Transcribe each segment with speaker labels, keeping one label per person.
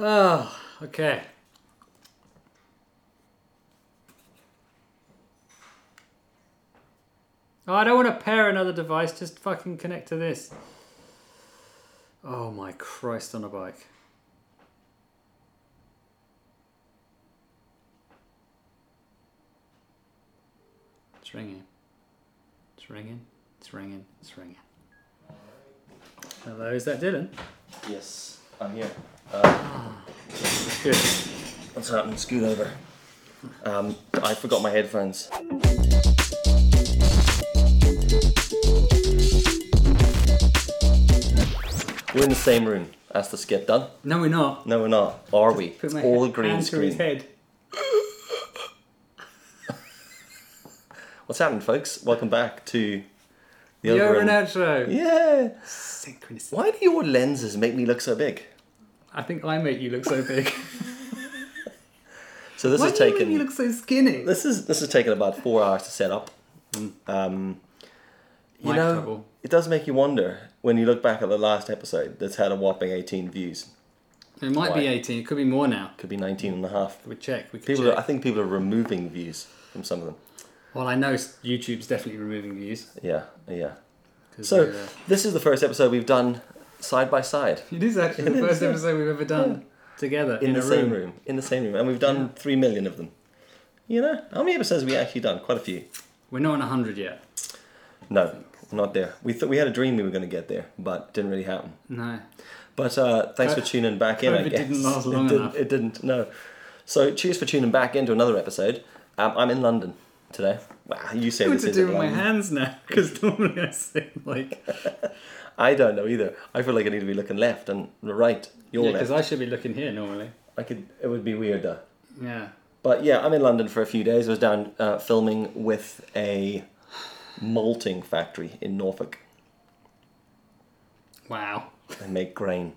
Speaker 1: Oh, okay. Oh, I don't want to pair another device. Just fucking connect to this. Oh my Christ on a bike. It's ringing. It's ringing. It's ringing. It's ringing. Hello, is that Dylan?
Speaker 2: Yes, I'm here. Uh,
Speaker 1: Good.
Speaker 2: what's happening? Scoot over. Um, I forgot my headphones. We're in the same room. That's the skip done.
Speaker 1: No, we're not.
Speaker 2: No, we're not. Are we?
Speaker 1: Put
Speaker 2: It's
Speaker 1: my
Speaker 2: all
Speaker 1: he-
Speaker 2: green
Speaker 1: hand to his
Speaker 2: screen.
Speaker 1: head.
Speaker 2: What's happening, folks? Welcome back to the other
Speaker 1: You're
Speaker 2: room.
Speaker 1: an outro.
Speaker 2: Yeah.
Speaker 1: Synchronicity.
Speaker 2: Why do your lenses make me look so big?
Speaker 1: I think I make you look so big.
Speaker 2: So this
Speaker 1: Why
Speaker 2: is
Speaker 1: do you
Speaker 2: taken.
Speaker 1: make me look so skinny?
Speaker 2: This is this has taken about four hours to set up. Um, you
Speaker 1: Mic
Speaker 2: know,
Speaker 1: trouble.
Speaker 2: it does make you wonder when you look back at the last episode that's had a whopping 18 views.
Speaker 1: It might be
Speaker 2: Why?
Speaker 1: 18. It could be more now.
Speaker 2: Could be 19 and a half.
Speaker 1: We check. We can
Speaker 2: People,
Speaker 1: check.
Speaker 2: are, I think people are removing views from some of them.
Speaker 1: Well, I know YouTube's definitely removing views.
Speaker 2: Yeah, yeah.
Speaker 1: 'cause
Speaker 2: So
Speaker 1: they're, uh,
Speaker 2: this is the first episode we've done side by side
Speaker 1: it is actually the first episode we've ever done together
Speaker 2: in,
Speaker 1: in,
Speaker 2: the
Speaker 1: a room.
Speaker 2: same room. in the same room, and we've done three million of them. You know, how many episodes have we actually done? Quite a few.
Speaker 1: We're not on 100 yet.
Speaker 2: No, not there. We thought we had a dream we were going to get there, but didn't really happen.
Speaker 1: No.
Speaker 2: But uh, thanks for tuning back in. I
Speaker 1: COVID
Speaker 2: guess.
Speaker 1: didn't last long
Speaker 2: it didn't,
Speaker 1: enough.
Speaker 2: It didn't. No. So cheers for tuning back into another episode. Um, I'm in London today. Wow, you say
Speaker 1: I don't know what
Speaker 2: this
Speaker 1: to
Speaker 2: is
Speaker 1: do with my
Speaker 2: London.
Speaker 1: hands now because normally I sit like
Speaker 2: I don't know either. I feel like I need to be looking left and right. You're
Speaker 1: yeah because
Speaker 2: left.
Speaker 1: I should be looking here normally
Speaker 2: I could. It would be weird though.
Speaker 1: yeah
Speaker 2: But yeah, I'm in London for a few days. I was down uh, filming with a malting factory in Norfolk.
Speaker 1: wow
Speaker 2: They make grain,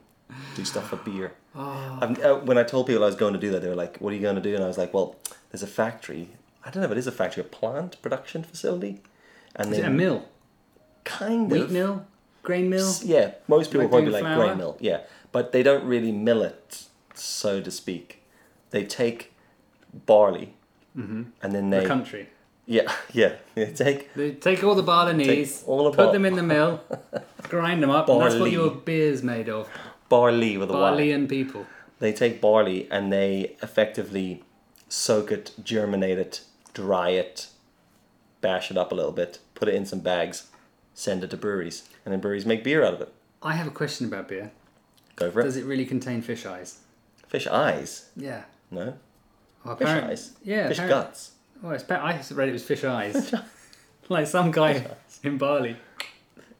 Speaker 2: do stuff for beer.
Speaker 1: Oh.
Speaker 2: I've, uh, when I told people I was going to do that, they were like, "What are you going to do?" And I was like, "Well, there's a factory. I don't know if it is a factory, a plant production facility, and
Speaker 1: is it a
Speaker 2: then
Speaker 1: mill
Speaker 2: kind
Speaker 1: wheat
Speaker 2: of
Speaker 1: mill grain mill
Speaker 2: s- yeah, most people
Speaker 1: Like
Speaker 2: probably
Speaker 1: doing
Speaker 2: like
Speaker 1: flour?
Speaker 2: grain mill, yeah, but they don't really mill it, so to speak. They take barley,
Speaker 1: Mm-hmm.
Speaker 2: and then
Speaker 1: the
Speaker 2: they
Speaker 1: country
Speaker 2: yeah yeah they take
Speaker 1: they take all the Balinese
Speaker 2: Take all the
Speaker 1: put
Speaker 2: bar-
Speaker 1: them in the mill grind them up and that's what
Speaker 2: Barley.
Speaker 1: your beer's made of
Speaker 2: barley with a Y.
Speaker 1: Barleyan people
Speaker 2: they take barley and they effectively soak it, germinate it, dry it, bash it up a little bit, put it in some bags, send it to breweries, and then breweries make beer out of it.
Speaker 1: I have a question about beer
Speaker 2: Go for it.
Speaker 1: does it really contain fish eyes
Speaker 2: Fish eyes?
Speaker 1: yeah
Speaker 2: No.
Speaker 1: well,
Speaker 2: Fish
Speaker 1: apparent-
Speaker 2: eyes.
Speaker 1: yeah
Speaker 2: Fish
Speaker 1: apparent-
Speaker 2: guts.
Speaker 1: Well, it's, I just read it was fish eyes. like some guy in Bali.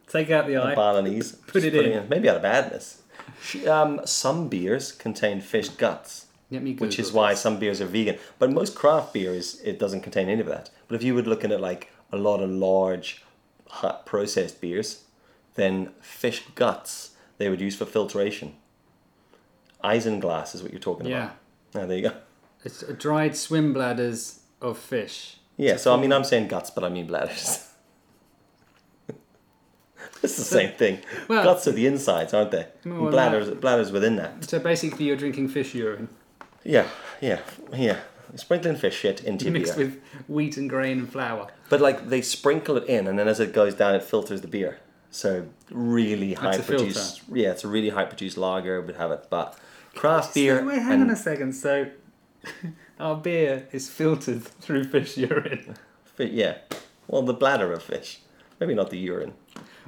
Speaker 1: Take out the eye.
Speaker 2: Balinese.
Speaker 1: Put it
Speaker 2: Just
Speaker 1: in.
Speaker 2: Maybe out of badness. Sh- Um, some beers contain fish guts.
Speaker 1: Let me Google.
Speaker 2: which is why some beers are vegan. But most craft beers, it doesn't contain any of that. But if you were looking at like a lot of large, hot processed beers, then fish guts they would use for filtration. Isinglass is what you're talking
Speaker 1: Yeah.
Speaker 2: about. Oh, there you go.
Speaker 1: It's dried swim bladders of fish.
Speaker 2: Yeah, so I mean, I'm saying guts, but I mean bladders. it's the same thing.
Speaker 1: Well-
Speaker 2: guts are the insides, aren't they?
Speaker 1: Well,
Speaker 2: bladders, bladders within that.
Speaker 1: So basically, you're drinking fish urine
Speaker 2: Yeah, yeah, yeah. Sprinkling fish shit into your
Speaker 1: mixed
Speaker 2: beer.
Speaker 1: with wheat and grain and flour.
Speaker 2: But like they sprinkle it in, and then as it goes down, it filters the beer. So really high
Speaker 1: a
Speaker 2: produced. Yeah, it's a really high produced lager would have it, but craft
Speaker 1: So
Speaker 2: beer.
Speaker 1: wait, hang
Speaker 2: and
Speaker 1: on a second. So our beer is filtered through fish urine.
Speaker 2: fi- yeah, well, the bladder of fish. Maybe not the urine.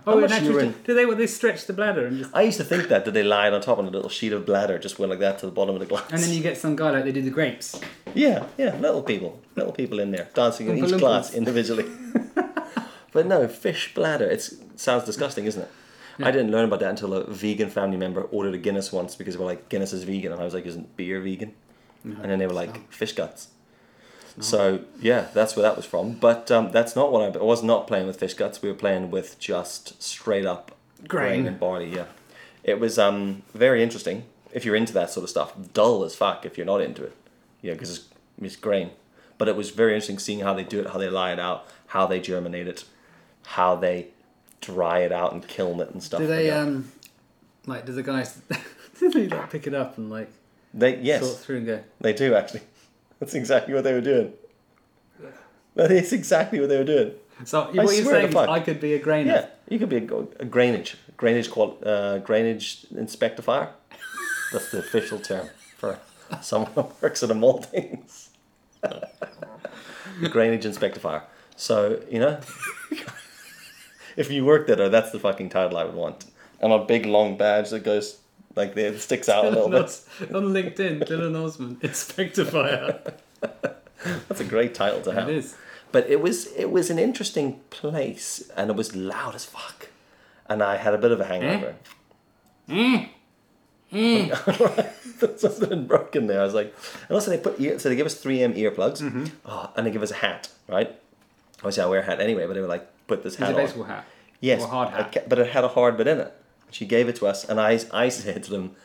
Speaker 1: Oh,
Speaker 2: much
Speaker 1: and actually,
Speaker 2: urine?
Speaker 1: do they? Well, they stretch the bladder and just.
Speaker 2: I used to think that that they lied on top on a little sheet of bladder, just went like that to the bottom of the glass.
Speaker 1: And then you get some guy like they do the grapes.
Speaker 2: Yeah, yeah, little people, little people in there dancing in
Speaker 1: Oompa
Speaker 2: each
Speaker 1: Loompas.
Speaker 2: glass individually. but no, fish bladder. It sounds disgusting, isn't it? I didn't learn about that until a vegan family member ordered a Guinness once because they were like, Guinness is vegan, and I was like, isn't beer vegan? and then they were like, fish guts. So yeah, that's where that was from. But um, that's not what I, I was not playing with fish guts. We were playing with just straight up
Speaker 1: Grain.
Speaker 2: and barley. Yeah, it was um, very interesting if you're into that sort of stuff. Dull as fuck if you're not into it. Yeah, because it's, it's grain. But it was very interesting seeing how they do it, how they lie it out, how they germinate it, how they dry it out and kiln it and stuff.
Speaker 1: Do
Speaker 2: like
Speaker 1: they
Speaker 2: that.
Speaker 1: um like do the guys do they like pick it up and like
Speaker 2: They yes,
Speaker 1: sort through and go.
Speaker 2: they do actually. That's exactly what they were doing. That is exactly what they were doing.
Speaker 1: So
Speaker 2: I
Speaker 1: what you're
Speaker 2: swear to
Speaker 1: saying is
Speaker 2: fuck.
Speaker 1: I could be a grainer.
Speaker 2: Yeah, you could be a, go- a grainage, grainage qual, uh, grainage inspector fire. That's the official term for someone who works at a Maltings. grainage inspector fire. So you know, if you worked at her, that's the fucking title I would want, and a big long badge that goes like that sticks out a little
Speaker 1: Dylan
Speaker 2: bit.
Speaker 1: Os- on LinkedIn, Dylan Osman, Inspector Fire.
Speaker 2: That's a great title to have.
Speaker 1: It is.
Speaker 2: But it was it was an interesting place, and it was loud as fuck, and I had a bit of a hangover. Something broken there. I was like, and also they put ear, so they give us 3M earplugs, oh, and they give us a hat, right? Obviously, I wear a hat anyway, but they were like, put this
Speaker 1: It's a
Speaker 2: hat on.
Speaker 1: baseball hat.
Speaker 2: Yes,
Speaker 1: Or a hard
Speaker 2: I
Speaker 1: hat.
Speaker 2: ca- but it had a hard bit in it. She gave it to us, and I, I said to them,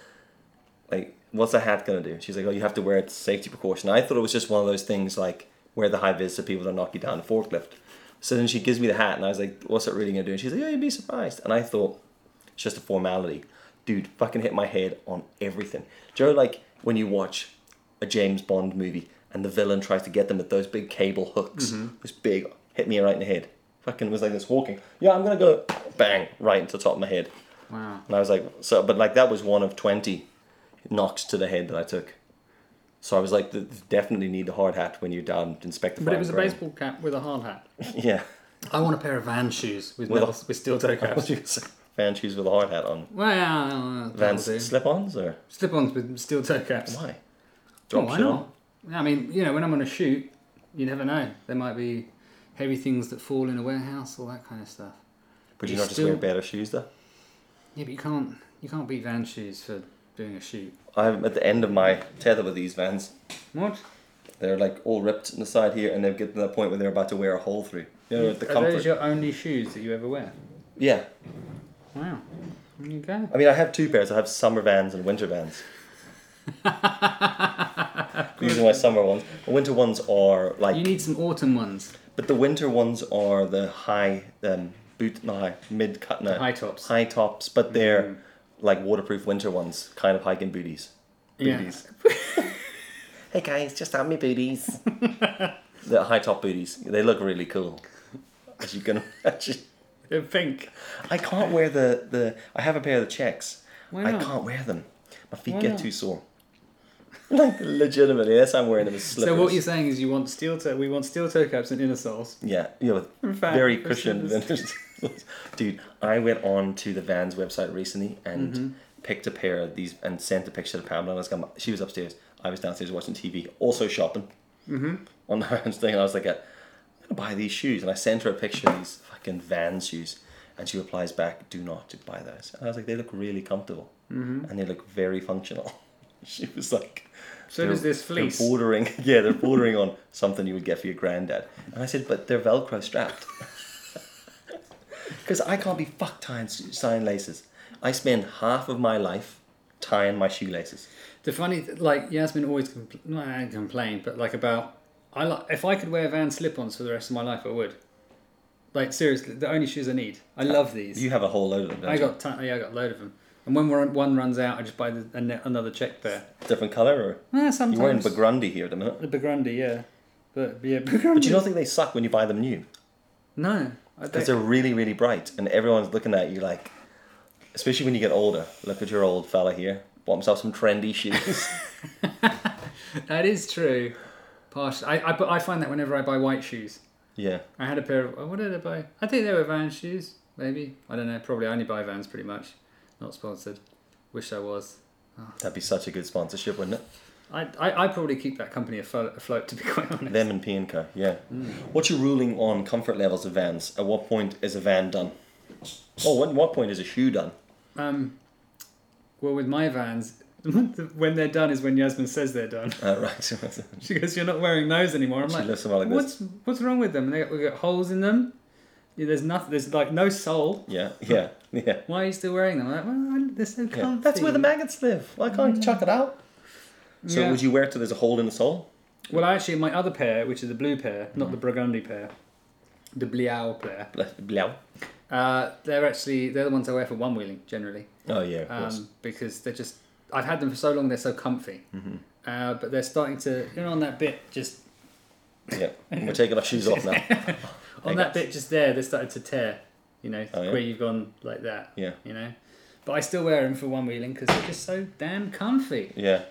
Speaker 2: like, what's a hat gonna do? She's like, oh, you have to wear it as a safety precaution. I thought it was just one of those things like wear the high vis so people don't knock you down a forklift. So then she gives me the hat, and I was like, what's it really gonna do? And she's like, yeah, you'd be surprised. And I thought it's just a formality, dude. Fucking hit my head on everything. Joe, like when you watch a James Bond movie and the villain tries to get them with those big cable hooks,
Speaker 1: Mm-hmm.
Speaker 2: this big hit me right in the head. Fucking was like this walking. Yeah, I'm gonna go bang right into the top of my head.
Speaker 1: Wow.
Speaker 2: And I was like, so, but like that was one of 20 knocks to the head that I took. So I was like, th- definitely need the hard hat when you're down to inspect the
Speaker 1: But it
Speaker 2: fire
Speaker 1: was a
Speaker 2: ground.
Speaker 1: baseball cap with a hard hat.
Speaker 2: Yeah.
Speaker 1: I want a pair of van shoes with,
Speaker 2: With a-
Speaker 1: metal, with steel toe caps.
Speaker 2: Van shoes with a hard hat on.
Speaker 1: Well,
Speaker 2: Van
Speaker 1: Vans
Speaker 2: slip ons or
Speaker 1: slip-ons with steel toe caps.
Speaker 2: why?
Speaker 1: Well,
Speaker 2: Drop
Speaker 1: why
Speaker 2: shit on?
Speaker 1: not? I mean, you know, when I'm on a shoot, you never know. There might be heavy things that fall in a warehouse, all that kind of stuff.
Speaker 2: Would
Speaker 1: You
Speaker 2: you not just
Speaker 1: still-
Speaker 2: wear better shoes though?
Speaker 1: Yeah, but you can't you can't beat van shoes for doing a shoot.
Speaker 2: I'm at the end of my tether with these vans. Uh,
Speaker 1: What?
Speaker 2: They're like all ripped in the side here and they've get to that point where they're about to wear a hole through. You know, the
Speaker 1: Are
Speaker 2: comfort.
Speaker 1: those your only shoes that you ever wear?
Speaker 2: Yeah.
Speaker 1: Wow. There you go.
Speaker 2: I mean, I have two pairs. I have summer vans and winter vans. These are my summer ones. The winter ones are like,
Speaker 1: You need some autumn ones.
Speaker 2: but the winter ones are the high um, boot, not high, mid cut, no,
Speaker 1: high tops. Mm-hmm.
Speaker 2: high tops. But they're like waterproof winter ones, kind of hiking booties. Booties. hey guys, just on me booties. the high top booties. They look really cool. As you can imagine.
Speaker 1: Yeah. Pink.
Speaker 2: I can't wear the, the I have a pair of the checks.
Speaker 1: Why
Speaker 2: I
Speaker 1: not?
Speaker 2: can't wear them. My feet
Speaker 1: Why
Speaker 2: get
Speaker 1: not?
Speaker 2: too sore. Like legitimately, that's why I'm wearing them as slippers.
Speaker 1: So what you're saying is you want steel toe we want steel toe caps and inner soles.
Speaker 2: Yeah, you know, with
Speaker 1: fact,
Speaker 2: very
Speaker 1: for
Speaker 2: cushioned. Dude, I went on to the Vans website recently and picked a pair of these and sent a picture to Pamela. And I was going, she was upstairs. I was downstairs watching TV, also shopping mm-hmm. on the Vans thing. And I was like, I'm gonna buy these shoes. And I sent her a picture of these fucking Vans shoes, and she replies back, "Do not buy those." And I was like, they look really comfortable,
Speaker 1: Mm-hmm.
Speaker 2: and they look very functional. she was like.
Speaker 1: So
Speaker 2: They're-
Speaker 1: does this fleece.
Speaker 2: They're bordering, yeah, they're bordering on something you would get for your granddad. And I said, but they're Velcro strapped. Because I can't be fucked tying, s- tying laces. I spend half of my life tying my shoelaces.
Speaker 1: The funny, th- like Yasmin always compl- not I complain, but like about I like if I could wear Van slip-ons for the rest of my life, I would. Like seriously, the only shoes I need. I love these.
Speaker 2: You have a whole load of them. Don't
Speaker 1: I
Speaker 2: you?
Speaker 1: got ton- yeah, I got a load of them. And when one one runs out, I just buy the, an, another check pair.
Speaker 2: different color, or
Speaker 1: Yeah, sometimes
Speaker 2: you're wearing Burgundy here at the minute.
Speaker 1: the Burgundy, yeah, but yeah, Burgundy.
Speaker 2: But you don't think they suck when you buy them new
Speaker 1: no, I
Speaker 2: because
Speaker 1: don't.
Speaker 2: they're really, really bright, and everyone's looking at you like, especially when you get older. Look at your old fella here. Bought himself some trendy shoes.
Speaker 1: That is true. Partial. I, I but I find that whenever I buy white shoes,
Speaker 2: yeah.
Speaker 1: I had a pair of. oh, What did I buy? I think they were Vans shoes. Maybe I don't know. Probably I only buy Vans pretty much. Not sponsored. Wish I was.
Speaker 2: That'd be such a good sponsorship, wouldn't it?
Speaker 1: I, I, I probably keep that company afloat, afloat to be quite honest.
Speaker 2: Them and P and Co. Yeah. What's your ruling on comfort levels of vans? At what point is a van done? Oh, when what point is a shoe done?
Speaker 1: Um, well, with my vans, when they're done is when Yasmin says they're done.
Speaker 2: Uh, right. so that's-
Speaker 1: She goes, "You're not wearing those anymore." I'm
Speaker 2: she
Speaker 1: like,
Speaker 2: lifts them out like this.
Speaker 1: "What's what's wrong with them? And They got, we got holes in them. Yeah, there's nothing. There's like no sole.
Speaker 2: Yeah, yeah, yeah.
Speaker 1: Why are you still wearing them?" I'm like, "Well, I- they're so comfy."
Speaker 2: yeah. Um, That's where the maggots live. I can't chuck it out. So
Speaker 1: Yeah.
Speaker 2: would you wear it till there's a hole in the sole?
Speaker 1: Well, actually, my other pair, which is the blue pair, not the burgundy pair, the Bliau pair,
Speaker 2: Blah, blah.
Speaker 1: uh, they're actually they're the ones I wear for one wheeling generally.
Speaker 2: Oh yeah, of course.
Speaker 1: um, because they're just I've had them for so long; they're so comfy.
Speaker 2: Mm-hmm.
Speaker 1: Uh, but they're starting to, you know, on that bit just
Speaker 2: Yeah, we're taking our shoes off now.
Speaker 1: on
Speaker 2: Okay.
Speaker 1: that bit just there, they started to tear. You know,
Speaker 2: Oh, yeah?
Speaker 1: where you've gone like that.
Speaker 2: Yeah.
Speaker 1: You know, but I still wear them for one wheeling because they're just so damn comfy.
Speaker 2: Yeah,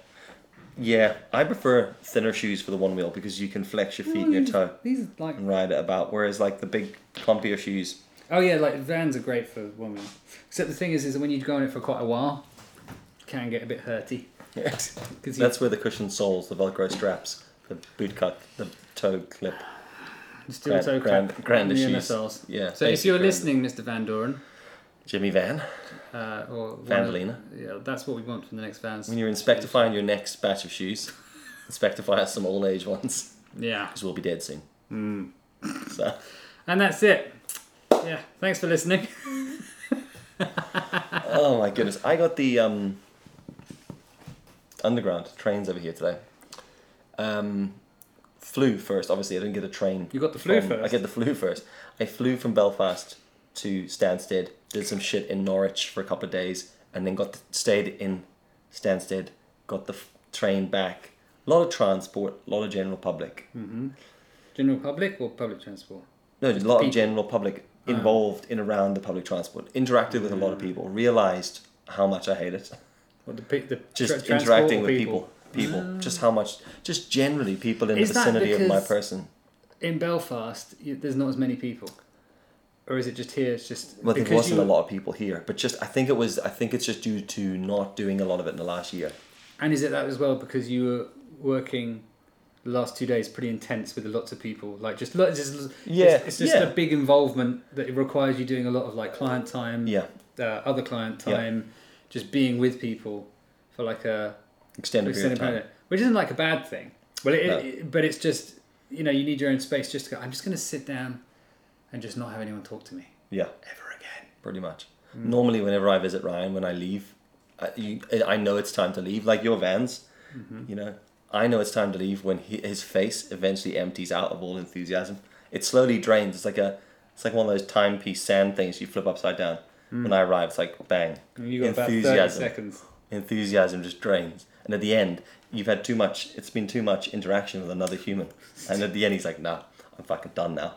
Speaker 2: yeah. I prefer thinner shoes for the one wheel because you can flex your feet and your
Speaker 1: Mm.
Speaker 2: toe
Speaker 1: These are like
Speaker 2: and ride it about. Whereas like the big clumpier shoes,
Speaker 1: oh yeah, like vans are great for one wheel. Except the thing is, is that when you go on it for quite a while, it can get a bit hurty. Because
Speaker 2: that's where the cushion soles, the Velcro straps, the boot cut, the toe clip.
Speaker 1: Still
Speaker 2: Grand-
Speaker 1: so
Speaker 2: grand-
Speaker 1: crap
Speaker 2: grand
Speaker 1: on the
Speaker 2: issues.
Speaker 1: MSLs.
Speaker 2: Yeah,
Speaker 1: So if
Speaker 2: basic
Speaker 1: you're
Speaker 2: grand-
Speaker 1: listening, Mr. Van Doren,
Speaker 2: Jimmy Van,
Speaker 1: uh, or one
Speaker 2: Van
Speaker 1: of-
Speaker 2: Lena.
Speaker 1: yeah, that's what we want for the next Vans.
Speaker 2: when you're inspectifying your next batch of shoes, inspectify us some old age ones
Speaker 1: Yeah,
Speaker 2: because we'll be dead soon.
Speaker 1: Mm.
Speaker 2: So
Speaker 1: and that's it. Yeah, thanks for listening.
Speaker 2: oh my goodness, I got the um, underground trains over here today. Um, flew first, obviously. I didn't get a train.
Speaker 1: You got the flu
Speaker 2: from- I
Speaker 1: first?
Speaker 2: get the flu first. I flew from Belfast to Stansted, did some shit in Norwich for a couple of days, and then got stayed in Stansted. Got the f- train back. A lot of transport, a lot of general public.
Speaker 1: Hmm. General public or public transport?
Speaker 2: No, there's a lot of
Speaker 1: people.
Speaker 2: general public involved in around the public transport. Interacted with a lot of
Speaker 1: Hmm.
Speaker 2: people. Realized how much I hate it.
Speaker 1: Or the, pe- the
Speaker 2: Just
Speaker 1: tra- transport
Speaker 2: interacting
Speaker 1: or
Speaker 2: with people. People. Just how much. Just generally people in
Speaker 1: Ah. Is
Speaker 2: the
Speaker 1: that
Speaker 2: vicinity of my
Speaker 1: because-
Speaker 2: person.
Speaker 1: In Belfast, you, there's not as many people, or is it just here? It's just
Speaker 2: Well, there
Speaker 1: because
Speaker 2: wasn't
Speaker 1: you-
Speaker 2: a lot of people here, but just I think it was. I think it's just due to not doing a lot of it in the last year.
Speaker 1: And is it that as well because you were working the last two days pretty intense with lots of people? Like just lots, it's,
Speaker 2: Yeah,
Speaker 1: it's, it's just
Speaker 2: yeah.
Speaker 1: a big involvement that it requires you doing a lot of like client time,
Speaker 2: Yeah,
Speaker 1: uh, other client
Speaker 2: Yeah.
Speaker 1: time, just being with people for like a
Speaker 2: extended period of
Speaker 1: extended
Speaker 2: time.
Speaker 1: period, which isn't like a bad thing. Well, it,
Speaker 2: No.
Speaker 1: it, but it's just you know you need your own space just to go. I'm just going to sit down and just not have anyone talk to me
Speaker 2: Yeah,
Speaker 1: ever again.
Speaker 2: pretty much. Normally, whenever I visit Ryan, when I leave, I, you, I know it's time to leave. Like your vans,
Speaker 1: Mm-hmm.
Speaker 2: you know, I know it's time to leave when he, his face eventually empties out of all enthusiasm. It slowly drains. It's like a, it's like one of those timepiece sand things you flip upside down. When I arrive, it's like bang,
Speaker 1: Mm. You got about thirty seconds.
Speaker 2: enthusiasm just drains. And at the end, you've had too much. It's been too much interaction with another human. And at the end, he's like, "Nah, I'm fucking done now.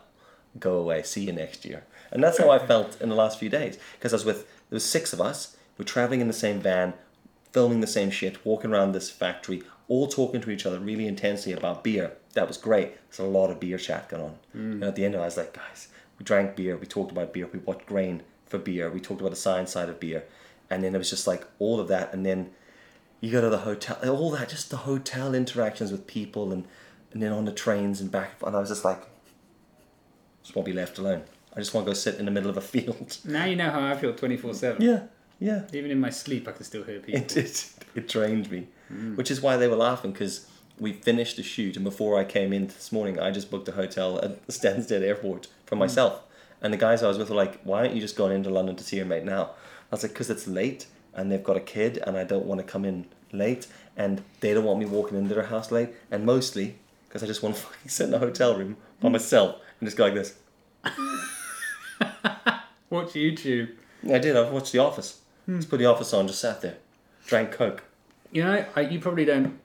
Speaker 2: Go away. See you next year." And that's how I felt in the last few days because I was with there was six of us. We're traveling in the same van, filming the same shit, walking around this factory, all talking to each other really intensely about beer. That was great. There's a lot of beer chat going on. And at the end, of it, I was like, "Guys, we drank beer. We talked about beer. We bought grain for beer. We talked about the science side of beer." And then it was just like all of that. And then you go to the hotel, all that, just the hotel interactions with people and, and then on the trains and back. And I was just like, just want to be left alone. I just want to go sit in the middle of a field.
Speaker 1: Now you know how I feel twenty four seven.
Speaker 2: Yeah, yeah.
Speaker 1: Even in my sleep, I can still hear people.
Speaker 2: It, it, it drained me, which is why they were laughing because we finished the shoot. And before I came in this morning, I just booked a hotel at Stansted Airport for myself. And the guys I was with were like, why aren't you just going into London to see your mate now? I was like, because it's late and they've got a kid and I don't want to come in late and they don't want me walking into their house late. And mostly because I just want to fucking sit in a hotel room by myself and just go like this.
Speaker 1: Watch YouTube.
Speaker 2: I did. I've watched The Office. Just put The Office on, just sat there, drank Coke.
Speaker 1: You know, I, you probably don't.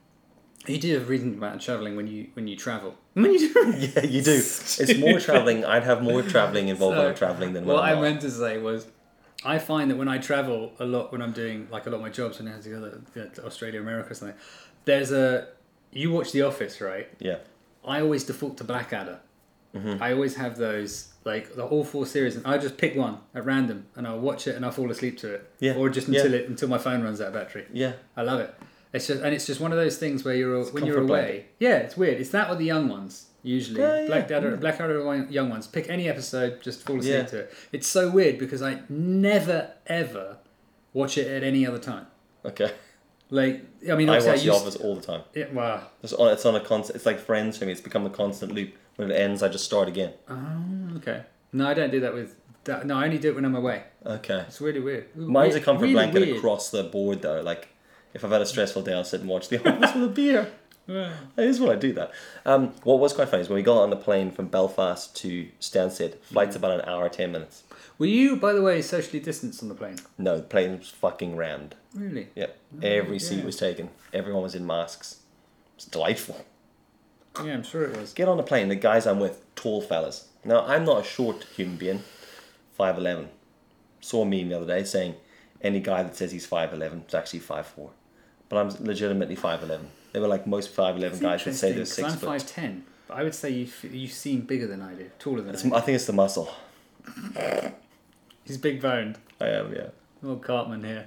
Speaker 1: You do have reason about traveling when you when you travel. When you do.
Speaker 2: Yeah, you do. It's more traveling. I'd have more traveling involved when I'm
Speaker 1: So,
Speaker 2: traveling than when
Speaker 1: What I
Speaker 2: I'm not.
Speaker 1: meant to say was, I find that when I travel a lot, when I'm doing like a lot of my jobs, when I have to go to- to Australia, America, or something, there's a. You watch The Office, right?
Speaker 2: Yeah,
Speaker 1: I always default to Blackadder.
Speaker 2: Mm-hmm.
Speaker 1: I always have those like the all four series, and I just pick one at random, and I'll watch it and I'll fall asleep to it,
Speaker 2: Yeah,
Speaker 1: or just
Speaker 2: yeah.
Speaker 1: until it until my phone runs out of battery.
Speaker 2: yeah,
Speaker 1: I love it. It's just and it's just one of those things where you're when you're
Speaker 2: comfort
Speaker 1: away. Yeah, it's weird. It's that or the young ones usually.
Speaker 2: Yeah, yeah,
Speaker 1: Black Adder, Black Adder, or young ones. Pick any episode, just fall asleep
Speaker 2: Yeah.
Speaker 1: to it. It's so weird because I never ever watch it at any other time.
Speaker 2: okay.
Speaker 1: Like I mean,
Speaker 2: I
Speaker 1: obviously
Speaker 2: watch The
Speaker 1: used-
Speaker 2: Office all the time.
Speaker 1: It, wow.
Speaker 2: It's on. It's on a constant. It's like Friends for me. It's become a constant loop. When it ends, I just start again.
Speaker 1: Oh, okay. No, I don't do that with. That. No, I only do it when I'm away.
Speaker 2: Okay.
Speaker 1: It's really weird. Ooh,
Speaker 2: Mine's a
Speaker 1: weird-
Speaker 2: comfort
Speaker 1: really
Speaker 2: blanket
Speaker 1: weird.
Speaker 2: across the board though. Like, if I've had a stressful day, I'll sit and watch The Office with a beer. I just want to do that. Um, what was quite funny is when we got on the plane from Belfast to Stansted,
Speaker 1: Mm.
Speaker 2: flight's about an hour, 10 minutes.
Speaker 1: Were you, by the way, socially distanced on the plane?
Speaker 2: No, the plane was fucking rammed.
Speaker 1: Really?
Speaker 2: Yep. Every seat
Speaker 1: Oh, yeah.
Speaker 2: was taken. Everyone was in masks. It's delightful.
Speaker 1: Yeah, I'm sure it was.
Speaker 2: Get on the plane, the guys I'm with, tall fellas. Now, I'm not a short human being, 5'11. Saw a meme the other day saying any guy that says he's 5'11 is actually 5'4. But I'm legitimately 5'11. They were like most 5'11 guys that say they're 6
Speaker 1: I'm
Speaker 2: foot.
Speaker 1: five ten. I would say you f- you seem bigger than I do, taller than I.
Speaker 2: It's-
Speaker 1: do.
Speaker 2: I think it's the muscle.
Speaker 1: He's big boned.
Speaker 2: I am, yeah.
Speaker 1: Old Cartman here.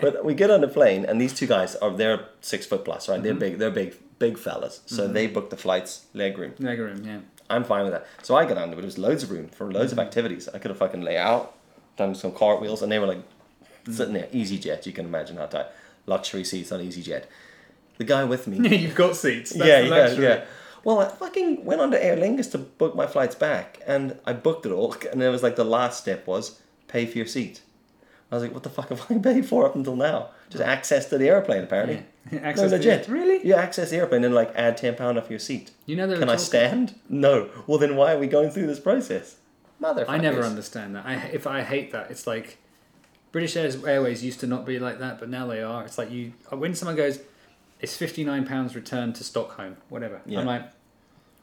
Speaker 2: but we get on the plane, and these two guys are they're six foot plus, right? They're
Speaker 1: Mm-hmm.
Speaker 2: big, they're big, big fellas. So they booked the flights, leg room.
Speaker 1: Mega room, yeah.
Speaker 2: I'm fine with that. So I got on, but it was loads of room for loads
Speaker 1: Mm.
Speaker 2: of activities. I could have fucking lay out, done some cartwheels, and they were like sitting there, easy jet. You can imagine how tight, luxury seats on easy jet. The guy with me,
Speaker 1: Yeah, you've got seats. That's
Speaker 2: yeah,
Speaker 1: the
Speaker 2: yeah,
Speaker 1: luxury.
Speaker 2: yeah. Well, I fucking went on to Aer Lingus to book my flights back, and I booked it all, and it was like the last step was pay for your seat. I was like, what the fuck have I paid for up until now? Just access to the airplane, apparently.
Speaker 1: Yeah. Access to
Speaker 2: no,
Speaker 1: the-
Speaker 2: legit.
Speaker 1: Really?
Speaker 2: Yeah, access the airplane and like add ten pound off your seat.
Speaker 1: You know they were
Speaker 2: Can I
Speaker 1: talking-
Speaker 2: stand? No. Well, then why are we going through this process? Motherfuckers.
Speaker 1: I never understand that. I, if I hate that, it's like British Airs- Airways used to not be like that, but now they are. It's like you uh, when someone goes, "It's fifty nine pounds return to Stockholm," whatever.
Speaker 2: Yeah.
Speaker 1: I'm like,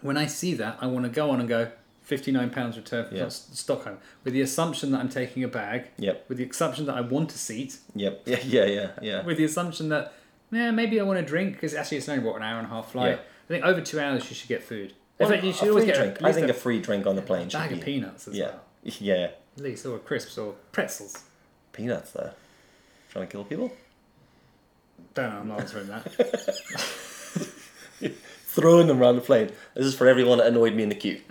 Speaker 1: when I see that, I want to go on and go. Fifty-nine pounds return from
Speaker 2: Yeah.
Speaker 1: S- Stockholm, with the assumption that I'm taking a bag,
Speaker 2: Yep.
Speaker 1: with the assumption that I want a seat,
Speaker 2: Yep. Yeah. Yeah. Yeah. Yeah.
Speaker 1: with the assumption that, yeah, maybe I want a drink because actually it's only what an hour and a half flight.
Speaker 2: Yeah.
Speaker 1: I think over two hours you should get food. In
Speaker 2: Well,
Speaker 1: fact, you should
Speaker 2: a
Speaker 1: always
Speaker 2: free
Speaker 1: get
Speaker 2: drink.
Speaker 1: at
Speaker 2: I
Speaker 1: least
Speaker 2: think
Speaker 1: a
Speaker 2: a free drink on the plane should
Speaker 1: bag
Speaker 2: be.
Speaker 1: of peanuts as
Speaker 2: yeah.
Speaker 1: well,
Speaker 2: Yeah.
Speaker 1: at least or crisps or pretzels.
Speaker 2: Peanuts though. Trying to kill people.
Speaker 1: Don't know, I'm not answering that.
Speaker 2: throwing them around the plane. This is for everyone that annoyed me in the queue.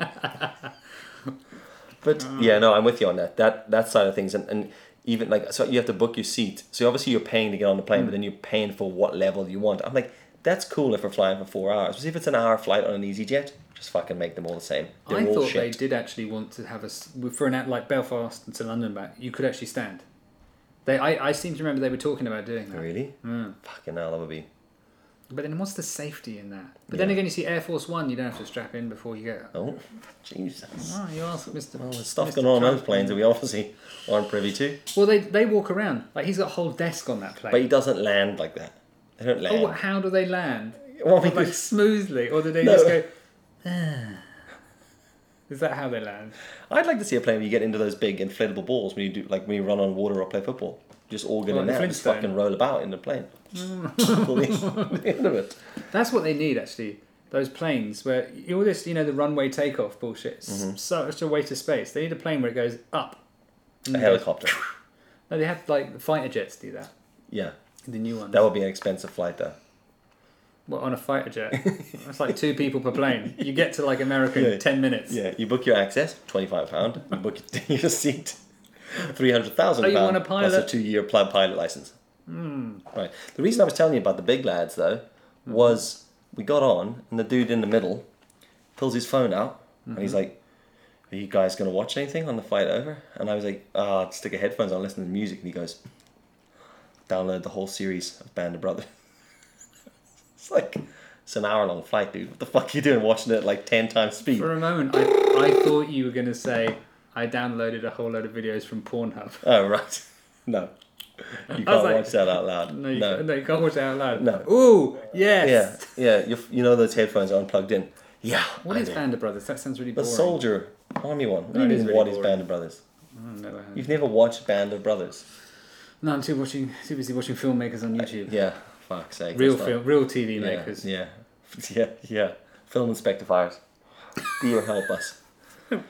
Speaker 2: but
Speaker 1: Uh.
Speaker 2: yeah, no, I'm with you on that. That that side of things, and, and even like so, you have to book your seat. So obviously you're paying to get on the
Speaker 1: Mm.
Speaker 2: plane, but then you're paying for what level you want. I'm like, that's cool if we're flying for four hours. But if it's an hour flight on an EasyJet, just fucking make them all the same. They're
Speaker 1: I
Speaker 2: all
Speaker 1: thought they
Speaker 2: shit.
Speaker 1: did actually want to have us for an act like Belfast to London back. You could actually stand. They, I, I seem to remember they were talking about doing that.
Speaker 2: Really?
Speaker 1: Mm.
Speaker 2: Fucking hell, that would be.
Speaker 1: But then, what's the safety in that? But then again, you see Air Force One, you don't have to strap in before you get.
Speaker 2: Oh, Jesus.
Speaker 1: Oh, you ask Mr. Well,
Speaker 2: There's stuff going on on those planes that we obviously aren't privy to.
Speaker 1: Well, they they walk around like he's got a whole desk on that plane.
Speaker 2: But he doesn't land like that. They don't land.
Speaker 1: oh, how do they land?
Speaker 2: Well, we-
Speaker 1: Like smoothly, or do they
Speaker 2: No.
Speaker 1: just go? Is that how they land?
Speaker 2: I'd like to see a plane where you get into those big inflatable balls when you do like when you run on water or play football. Just all get
Speaker 1: Like
Speaker 2: in
Speaker 1: the
Speaker 2: there and just
Speaker 1: Flintstone.
Speaker 2: fucking roll about in the plane. Pull the end of it.
Speaker 1: That's what they need, actually. Those planes where you all this, you know, the runway takeoff bullshit. It's
Speaker 2: Mm-hmm.
Speaker 1: such a waste of space. They need a plane where it goes up.
Speaker 2: A helicopter.
Speaker 1: No, they have like the fighter jets do that.
Speaker 2: Yeah.
Speaker 1: The new ones.
Speaker 2: That would be an expensive flight though.
Speaker 1: Well, on a fighter jet, that's like two people per plane. You get to like America
Speaker 2: Yeah.
Speaker 1: in ten minutes.
Speaker 2: Yeah. You book your access, twenty five pound. You book your your seat. Three hundred thousand
Speaker 1: Oh, you
Speaker 2: pound
Speaker 1: want a
Speaker 2: plus a
Speaker 1: pilot? Hmm.
Speaker 2: two year plug pilot license. Right. The reason I was telling you about the big lads though was we got on and the dude in the middle pulls his phone out and
Speaker 1: Mm-hmm.
Speaker 2: he's like, Are you guys gonna watch anything on the flight over? And I was like, Ah, I'd stick a headphones on, listen to music. And he goes, Download the whole series of Band of Brothers. it's like it's an hour long flight, dude. What the fuck are you doing watching it at like ten times speed?
Speaker 1: For a moment, I, I thought you were gonna say I downloaded a whole load of videos from Pornhub.
Speaker 2: Oh right. No. You
Speaker 1: was
Speaker 2: can't
Speaker 1: like-
Speaker 2: watch that out loud.
Speaker 1: No, you, no. Can't, no, you can't watch it out loud.
Speaker 2: No.
Speaker 1: Ooh,
Speaker 2: Yeah,
Speaker 1: yes.
Speaker 2: yeah. You you know those headphones are unplugged in. Yeah.
Speaker 1: What
Speaker 2: I
Speaker 1: is
Speaker 2: do.
Speaker 1: Band of Brothers? That sounds really
Speaker 2: The
Speaker 1: boring.
Speaker 2: soldier army one. What do
Speaker 1: No,
Speaker 2: you
Speaker 1: it is
Speaker 2: mean?
Speaker 1: really
Speaker 2: what is
Speaker 1: boring.
Speaker 2: Band of Brothers?
Speaker 1: Mm, never heard.
Speaker 2: You've never watched Band of Brothers?
Speaker 1: No, I'm too watching, too busy watching filmmakers on YouTube.
Speaker 2: Yeah. Fuck's sake.
Speaker 1: real
Speaker 2: that's not-
Speaker 1: film, real TV
Speaker 2: Yeah,
Speaker 1: makers.
Speaker 2: Yeah. Yeah. Yeah. Film inspector fires. Dear help us.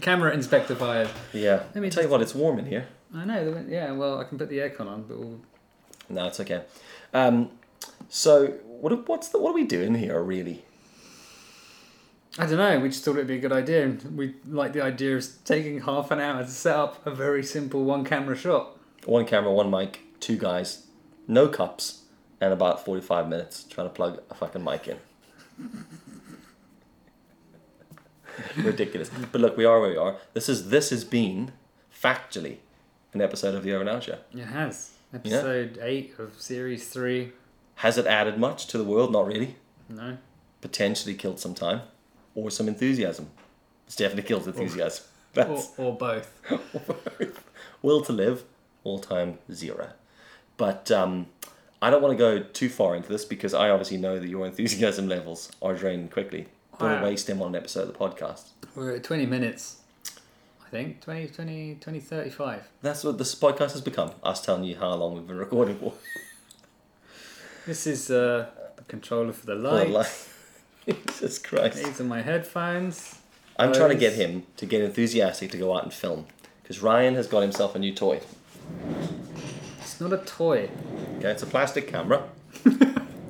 Speaker 1: Camera inspector fires.
Speaker 2: Yeah. Let
Speaker 1: me
Speaker 2: me tell you what. It's warm in here.
Speaker 1: I know. they went- Yeah, well, I can put the aircon on, but we'll,
Speaker 2: No, it's okay. Um, so what what's the, what are we doing here really?
Speaker 1: I don't know. We just thought it'd be a good idea, and we like the idea of taking half an hour to set up a very simple one-camera shot.
Speaker 2: One camera, one mic, two guys, no cups, and about 45 minutes trying to plug a fucking mic in. Ridiculous. But look, we are where we are. This is this has been factually an episode of the Over and Out Show.
Speaker 1: It has episode eight of series three,
Speaker 2: Has it added much to the world? Not really.
Speaker 1: No.
Speaker 2: Potentially killed some time or some enthusiasm. It's definitely killed enthusiasm. That's
Speaker 1: Or, or both.
Speaker 2: Will to Live, all time zero. But um, I don't want to go too far into this because I obviously know that your enthusiasm levels are drained quickly. Don't wanna
Speaker 1: Wow.
Speaker 2: waste them on an episode of the podcast.
Speaker 1: We're at 20 minutes, I think. 20, 20, 20 35.
Speaker 2: That's what this podcast has become us telling you how long we've been recording for.
Speaker 1: This is uh, the controller for the
Speaker 2: For
Speaker 1: light.
Speaker 2: life. Jesus Christ.
Speaker 1: These are my headphones.
Speaker 2: I'm trying to
Speaker 1: Those-
Speaker 2: get him to get enthusiastic to go out and film because Ryan has got himself a new toy.
Speaker 1: It's not a toy.
Speaker 2: Okay, it's a plastic camera.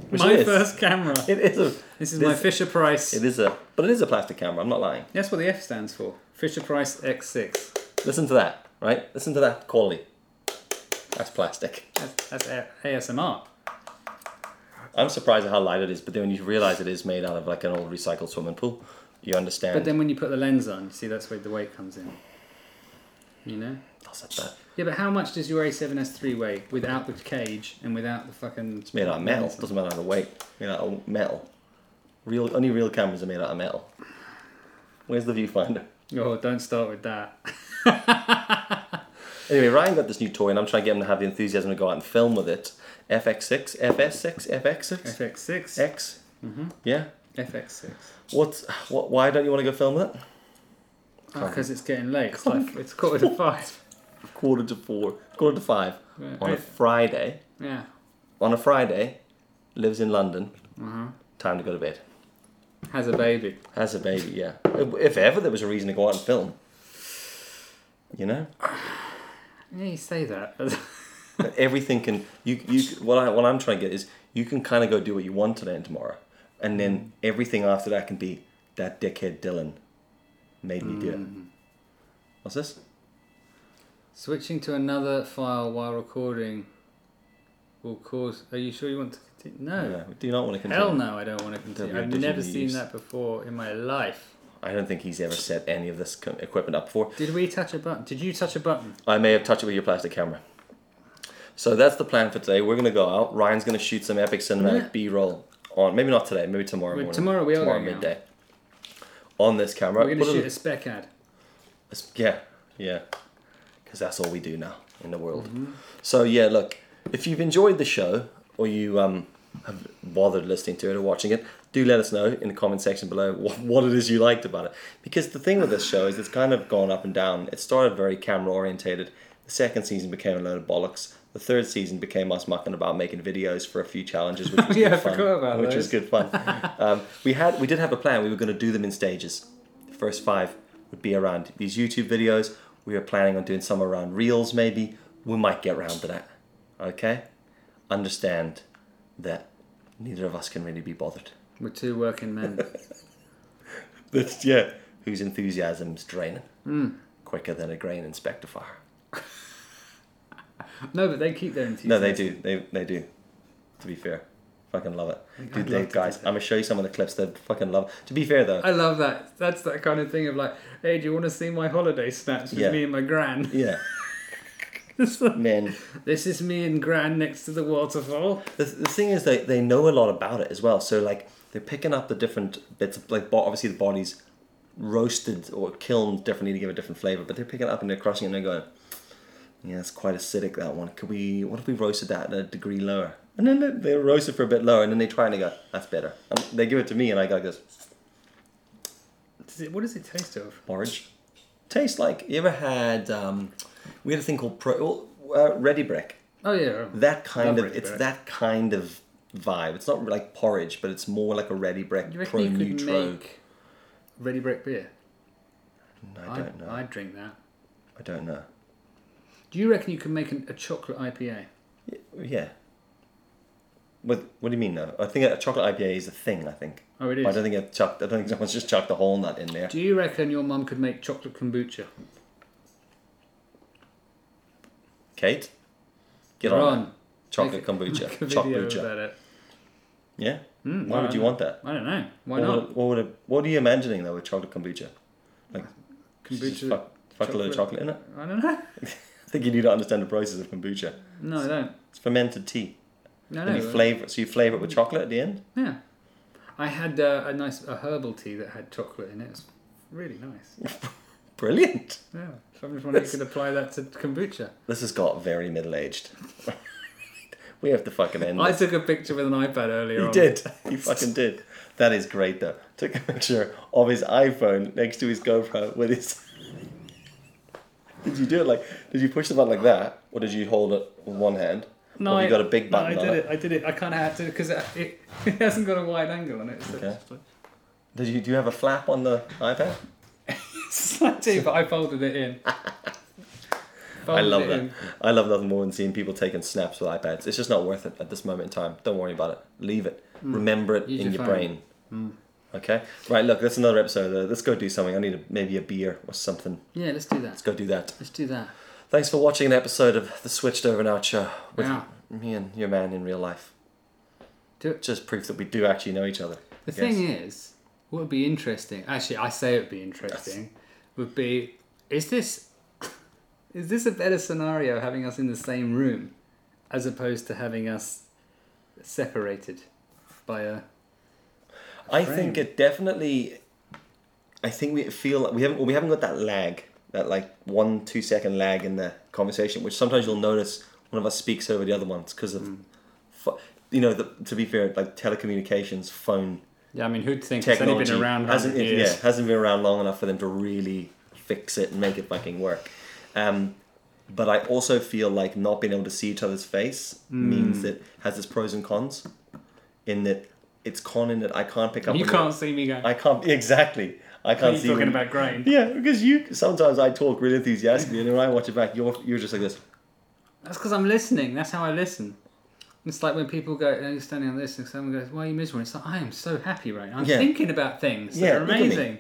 Speaker 2: Which
Speaker 1: my
Speaker 2: it is.
Speaker 1: first camera.
Speaker 2: It is a.
Speaker 1: This is
Speaker 2: this-
Speaker 1: my Fisher Price.
Speaker 2: It is a. But it is a plastic camera. I'm not lying.
Speaker 1: That's what the F stands for. Fisher Price X6.
Speaker 2: Listen to that. Right. Listen to that quality. That's plastic.
Speaker 1: That's, that's A- ASMR.
Speaker 2: I'm surprised at how light it is, but then when you realise it is made out of like an old recycled swimming pool, you understand.
Speaker 1: But then when you put the lens on, you see that's where the weight comes in. You know?
Speaker 2: I'll set that.
Speaker 1: Yeah, but how much does your A7S III weigh without the cage and without the fucking. It's
Speaker 2: Made out of metal. Doesn't matter the weight. Made out of metal. Real. Only real cameras are made out of metal. Where's the viewfinder?
Speaker 1: Oh, don't start with that.
Speaker 2: Anyway, Ryan got this new toy, and I'm trying to get him to have the enthusiasm to go out and film with it. FX6, FS6, FX6,
Speaker 1: FX6.
Speaker 2: X. Mm-hmm. Yeah.
Speaker 1: FX6.
Speaker 2: What's what? Why don't you want to go film with it?
Speaker 1: Because Ah, it's getting late. It's, like, it's quarter to five.
Speaker 2: Quarter to four, quarter to five
Speaker 1: Yeah.
Speaker 2: on a Friday.
Speaker 1: Yeah.
Speaker 2: On a Friday, lives in London. Time to go to bed.
Speaker 1: Has a baby.
Speaker 2: Has a baby. Yeah. If if ever there was a reason to go out and film, you know.
Speaker 1: Yeah, you say that. but-
Speaker 2: But everything can you you what I what I'm trying to get is you can kind of go do what you want today and tomorrow, and then everything after that can be that dickhead Dylan made me do it. What's this?
Speaker 1: Switching to another file while recording will cause. Are you sure you want to continue? No.
Speaker 2: No, do you not want to continue?
Speaker 1: Oh. Hell no, I don't want to continue.
Speaker 2: Don't
Speaker 1: I've
Speaker 2: be
Speaker 1: never
Speaker 2: dizzy
Speaker 1: seen
Speaker 2: use.
Speaker 1: that before in my life.
Speaker 2: I don't think he's ever set any of this co- equipment up before.
Speaker 1: Did we touch a button? Did you touch a button?
Speaker 2: I may have touched it with your plastic camera. So that's the plan for today. We're gonna go out. Ryan's gonna shoot some epic cinematic
Speaker 1: Yeah.
Speaker 2: B-roll on maybe not today, maybe tomorrow
Speaker 1: Well,
Speaker 2: morning.
Speaker 1: tomorrow we are
Speaker 2: tomorrow
Speaker 1: going out.
Speaker 2: midday. On this camera,
Speaker 1: We're going to
Speaker 2: Put it-
Speaker 1: shoot a spec ad.
Speaker 2: It's- Yeah, yeah. Because that's all we do now in the world.
Speaker 1: Mm-hmm.
Speaker 2: So, yeah, look, if you've enjoyed the show or you um, have bothered listening to it or watching it, do let us know in the comment section below what, what it is you liked about it. Because the thing with this show is it's kind of gone up and down. It started very camera orientated. The second season became a load of bollocks. The third season became us mucking about making videos for a few challenges, which was
Speaker 1: Yeah,
Speaker 2: good
Speaker 1: I
Speaker 2: fun,
Speaker 1: forgot about
Speaker 2: which was
Speaker 1: those.
Speaker 2: good fun. um, we had we did have a plan. We were going to do them in stages. The first five would be around these YouTube videos. We were planning on doing some around reels, maybe. We might get round to that. Okay, understand that neither of us can really be bothered.
Speaker 1: We're two working men.
Speaker 2: That's yeah. Whose enthusiasm's draining
Speaker 1: Hmm.
Speaker 2: quicker than a grain inspector fire.
Speaker 1: no, but they keep their enthusiasm.
Speaker 2: No, they do. They they do. To be fair, fucking love it, dude. They,
Speaker 1: love to do
Speaker 2: guys, I'm gonna show you some of the clips. They fucking love. it. To be fair though,
Speaker 1: I love that. That's that kind of thing of like, hey, do you want to see my holiday snaps with
Speaker 2: Yeah.
Speaker 1: me and my gran?
Speaker 2: yeah, man.
Speaker 1: this is me and gran next to the waterfall.
Speaker 2: the, the thing is they, they know a lot about it as well so like they're picking up the different bits of, like bo- obviously the body's roasted or kilned differently to give a different flavor but they're picking it up and they're crushing it and they're going yeah it's quite acidic that one could we what if we roasted that at a degree lower and then they, they roast it for a bit lower and then they try and they go that's better and they give it to me and i go like this
Speaker 1: Does it, what does it taste of?
Speaker 2: porridge tastes like you ever had um, we had a thing called pro well, uh, ready brick
Speaker 1: Oh, yeah.
Speaker 2: that kind
Speaker 1: Love
Speaker 2: of
Speaker 1: Ready
Speaker 2: it's
Speaker 1: Brick.
Speaker 2: that kind of vibe. It's not like porridge, but it's more like a ready brick
Speaker 1: You
Speaker 2: pro
Speaker 1: reckon you could
Speaker 2: neutro.
Speaker 1: make ready brick beer?
Speaker 2: I don't know. I,
Speaker 1: I'd drink that.
Speaker 2: don't know.
Speaker 1: Do you reckon you can make an, a chocolate IPA?
Speaker 2: Y- Yeah. What What do you mean though? I think a chocolate IPA is a thing. I think.
Speaker 1: Oh, it
Speaker 2: I
Speaker 1: is.
Speaker 2: don't think I've chucked. I don't think someone's just chucked a whole nut in there.
Speaker 1: Do you reckon your mum could make chocolate kombucha?
Speaker 2: Kate, get
Speaker 1: Ron,
Speaker 2: on. that. Chocolate
Speaker 1: make
Speaker 2: kombucha.
Speaker 1: make a video
Speaker 2: Chocolate.
Speaker 1: about it.
Speaker 2: Yeah.
Speaker 1: Mm,
Speaker 2: Why
Speaker 1: why
Speaker 2: would you
Speaker 1: not?
Speaker 2: want that?
Speaker 1: I don't know. Why
Speaker 2: what
Speaker 1: not?
Speaker 2: Would, what would it, What are you imagining though with chocolate kombucha? Just
Speaker 1: Kombucha.
Speaker 2: fuck, fuck a load of chocolate in it.
Speaker 1: I don't know.
Speaker 2: I think you need to understand the process of kombucha.
Speaker 1: No, I don't.
Speaker 2: It's fermented tea.
Speaker 1: No,
Speaker 2: And you
Speaker 1: no,
Speaker 2: flavor, so you flavor it with chocolate at the end.
Speaker 1: Yeah, I had uh, a nice a herbal tea that had chocolate in it. It's really nice.
Speaker 2: Brilliant.
Speaker 1: Yeah, so I'm just wondering if you could apply that to kombucha.
Speaker 2: This has got very middle aged. we have to fucking end.
Speaker 1: I
Speaker 2: this.
Speaker 1: took a picture with an iPad earlier.
Speaker 2: You
Speaker 1: on.
Speaker 2: did. You fucking did. That is great though. Took a picture of his iPhone next to his GoPro with his. did you do it like? Did you push the button like that, or did you hold it with one hand?
Speaker 1: No,
Speaker 2: or have you
Speaker 1: I-
Speaker 2: got a
Speaker 1: no,
Speaker 2: big button
Speaker 1: I
Speaker 2: on
Speaker 1: did
Speaker 2: it?
Speaker 1: it. I did it. I kind of had to because it, it, it hasn't got a wide angle on it. So
Speaker 2: Okay.
Speaker 1: it's just like-
Speaker 2: Did you do you have a flap on the iPad?
Speaker 1: Slightly, but I folded it in.
Speaker 2: I
Speaker 1: Folded
Speaker 2: love
Speaker 1: it
Speaker 2: that.
Speaker 1: in.
Speaker 2: I love nothing more than seeing people taking snaps with iPads. It's just not worth it at this moment in time. Don't worry about it. Leave it. Remember it
Speaker 1: Mm. Use
Speaker 2: in
Speaker 1: your
Speaker 2: your
Speaker 1: phone. Mm.
Speaker 2: brain. Okay. Right. Look, that's another episode. Uh, let's go do something. I need a, maybe a beer or something.
Speaker 1: Yeah, let's do that.
Speaker 2: Let's go do that.
Speaker 1: Let's do that.
Speaker 2: Thanks for watching an episode of the Switched Over and Out Show with
Speaker 1: Yeah.
Speaker 2: me and your man in real life.
Speaker 1: Do it.
Speaker 2: Just proof that we do actually know each other.
Speaker 1: The
Speaker 2: I
Speaker 1: thing
Speaker 2: guess.
Speaker 1: is, what would be interesting? Actually, I say it would be interesting. Would be is this is this a better scenario having us in the same room as opposed to having us separated by a
Speaker 2: I think it definitely. I think we feel we haven't we haven't got that lag that like one two second lag in the conversation, which sometimes you'll notice one of us speaks over the other ones because of,
Speaker 1: Hmm.
Speaker 2: pho- you know, the, to be fair, like telecommunications, phone
Speaker 1: yeah? I mean, who'd think it's only
Speaker 2: technology
Speaker 1: been around
Speaker 2: hasn't
Speaker 1: 100
Speaker 2: it-
Speaker 1: years?
Speaker 2: yeah hasn't been around long enough for them to really fix it and make it fucking work. Um, but I also feel like not being able to see each other's face means
Speaker 1: Hmm.
Speaker 2: that has its pros and cons. In that it's con in that I can't pick up.
Speaker 1: You
Speaker 2: on
Speaker 1: can't see me going.
Speaker 2: It. I can't exactly. I
Speaker 1: Are
Speaker 2: can't
Speaker 1: you
Speaker 2: see.
Speaker 1: talking
Speaker 2: when-
Speaker 1: about grain?
Speaker 2: Yeah, because you sometimes I talk really enthusiastically, and then when I watch it back, you're you're just like this.
Speaker 1: That's because I'm listening. That's how I listen. It's like when people go, "Oh, you're standing on this, and someone goes, why are you miserable? It's like, I am so happy right now. I'm
Speaker 2: Yeah.
Speaker 1: thinking about things
Speaker 2: Yeah,
Speaker 1: that are
Speaker 2: look at me.
Speaker 1: amazing.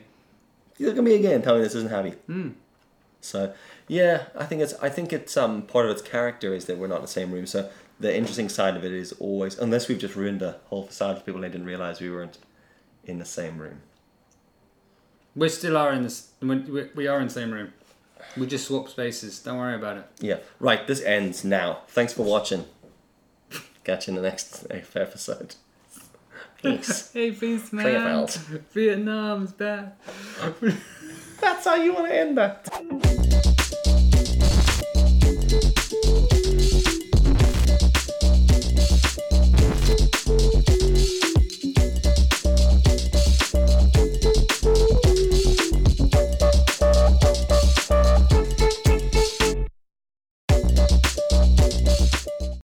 Speaker 2: you look at me again tell me this isn't happy
Speaker 1: Hmm.
Speaker 2: so yeah i think it's i think it's um part of its character is that we're not in the same room so the interesting side of it is always unless we've just ruined the whole facade for people and they didn't realize we weren't in the same room
Speaker 1: We still are in this, we- we we are in the same room. We just swap spaces. Don't worry about it.
Speaker 2: yeah right this ends now thanks for watching catch you in the next episode peace
Speaker 1: Hey, peace,
Speaker 2: Three of
Speaker 1: man.
Speaker 2: owls.
Speaker 1: Vietnam's bad.
Speaker 2: that's how you want to end that